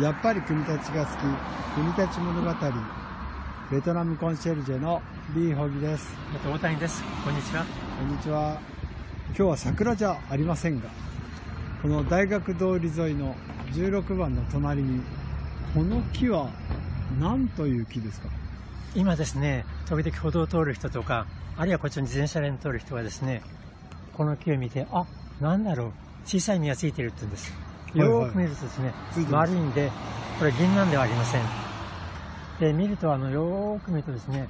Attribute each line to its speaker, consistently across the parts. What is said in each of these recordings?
Speaker 1: やっぱり国立が好き国立物語ベトナムコンシェルジェのリー・ホギです
Speaker 2: えっと大谷です。こんにちは。
Speaker 1: こんにちは今日は桜じゃありませんがこの大学通り沿いの16番の隣にこの木は何という木ですか
Speaker 2: 今ですね、時々歩道を通る人とか、あるいはこっちの自転車連通る人はですね、この木を見て、あ、なんだろう、小さい実がついてるって言うんです。
Speaker 1: はいはい
Speaker 2: よーく見るとですね
Speaker 1: ついて、ま
Speaker 2: 丸
Speaker 1: す
Speaker 2: いんで、これ銀杏ではありません。で、見ると、あの、よーく見るとですね、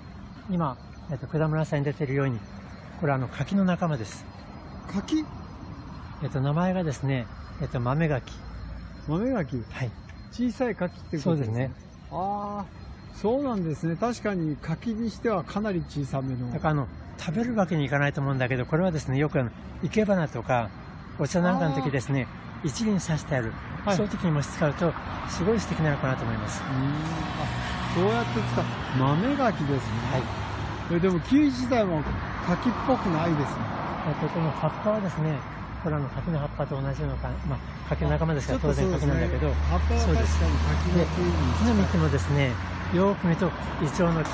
Speaker 2: 今、えっと、果物屋さんに出てるように、これあの、柿の仲間です。
Speaker 1: 柿
Speaker 2: えっと、名前がですね、えっと、豆柿。
Speaker 1: 豆柿
Speaker 2: はい。
Speaker 1: 小さい柿っていう
Speaker 2: そ
Speaker 1: こ
Speaker 2: う
Speaker 1: と
Speaker 2: ですね。
Speaker 1: ああそうなんですね確かに柿にしてはかなり小さめの
Speaker 2: だからあの食べるわけにいかないと思うんだけど、これはですねよくあの生け花とかお茶なんかの時ですね一輪刺してある、
Speaker 1: はい
Speaker 2: そういう時にもし使うとすごい素敵なのかなと思います。
Speaker 1: うーんあそうやって使う豆柿ですね、
Speaker 2: はい。
Speaker 1: えでも木自体も柿っぽくないですね
Speaker 2: あとこの葉っぱはですね、これはあの柿の葉っぱと同じのか、まあ柿の仲間ですから当然柿なんだけど、
Speaker 1: ちょっとそうですね葉っぱは確かに柿の木に
Speaker 2: 木の幹もですね、よーく見るとイチョウの木、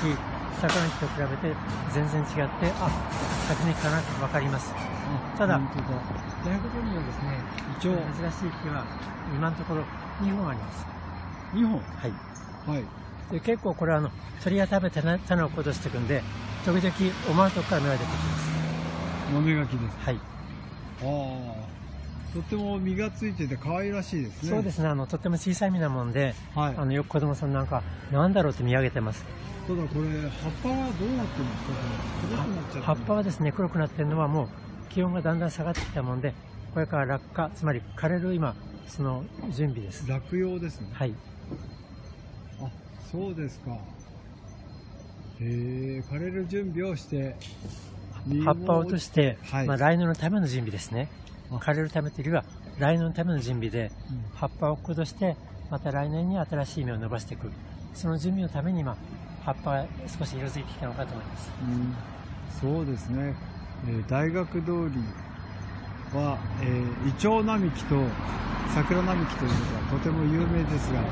Speaker 2: 桜の木と比べて全然違って、あ、柿にかなってわかります。
Speaker 1: あ
Speaker 2: ただ
Speaker 1: 本当だ
Speaker 2: ということにはですね、
Speaker 1: イチョウ
Speaker 2: 珍しい木は今のところ2本あります。
Speaker 1: 2本
Speaker 2: はい。
Speaker 1: はい
Speaker 2: で結構これはあの鳥が食べてな種を落っことしていくんで時々思わぬとこから芽が出てきます
Speaker 1: 豆柿です
Speaker 2: はい、
Speaker 1: ああとっても実がついてて可愛らしいですね
Speaker 2: そうですすねあのとっても小さい実なもんで、
Speaker 1: はい
Speaker 2: あのよく子供さんなんかなんだろうって見上げてます
Speaker 1: ただこれ葉っぱはどうなってるんですかこれ黒くなっちゃってる
Speaker 2: 葉っぱはですね黒くなってるのはもう気温がだんだん下がってきたもんでこれから落下つまり枯れる今その準備です
Speaker 1: 落葉ですね
Speaker 2: はい
Speaker 1: あそうですかへえ枯れる準備をして
Speaker 2: 葉っぱを落として、
Speaker 1: はい
Speaker 2: まあ、来年のための準備ですね
Speaker 1: あ
Speaker 2: 枯れるためというよりは来年のための準備で
Speaker 1: うん
Speaker 2: 葉っぱを落としてまた来年に新しい芽を伸ばしていくその準備のために今葉っぱが少し色づいてきたのかと思います
Speaker 1: うんそうですね、えー大学通りは、えー、イチョウ並木と桜並木というのがとても有名ですが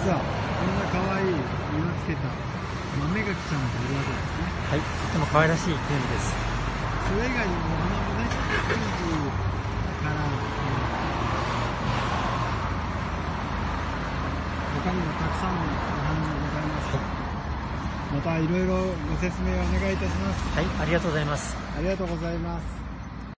Speaker 1: 実はこんな可愛い色つけた豆垣ちゃんもいるわけですね
Speaker 2: はいとっても可愛らしい記念日です
Speaker 1: それ以外にもお花もね90から、えー他にもたくさんのお花がございますまたいろいろご説明をお願いいたします
Speaker 2: はいありがとうございます
Speaker 1: ありがとうございます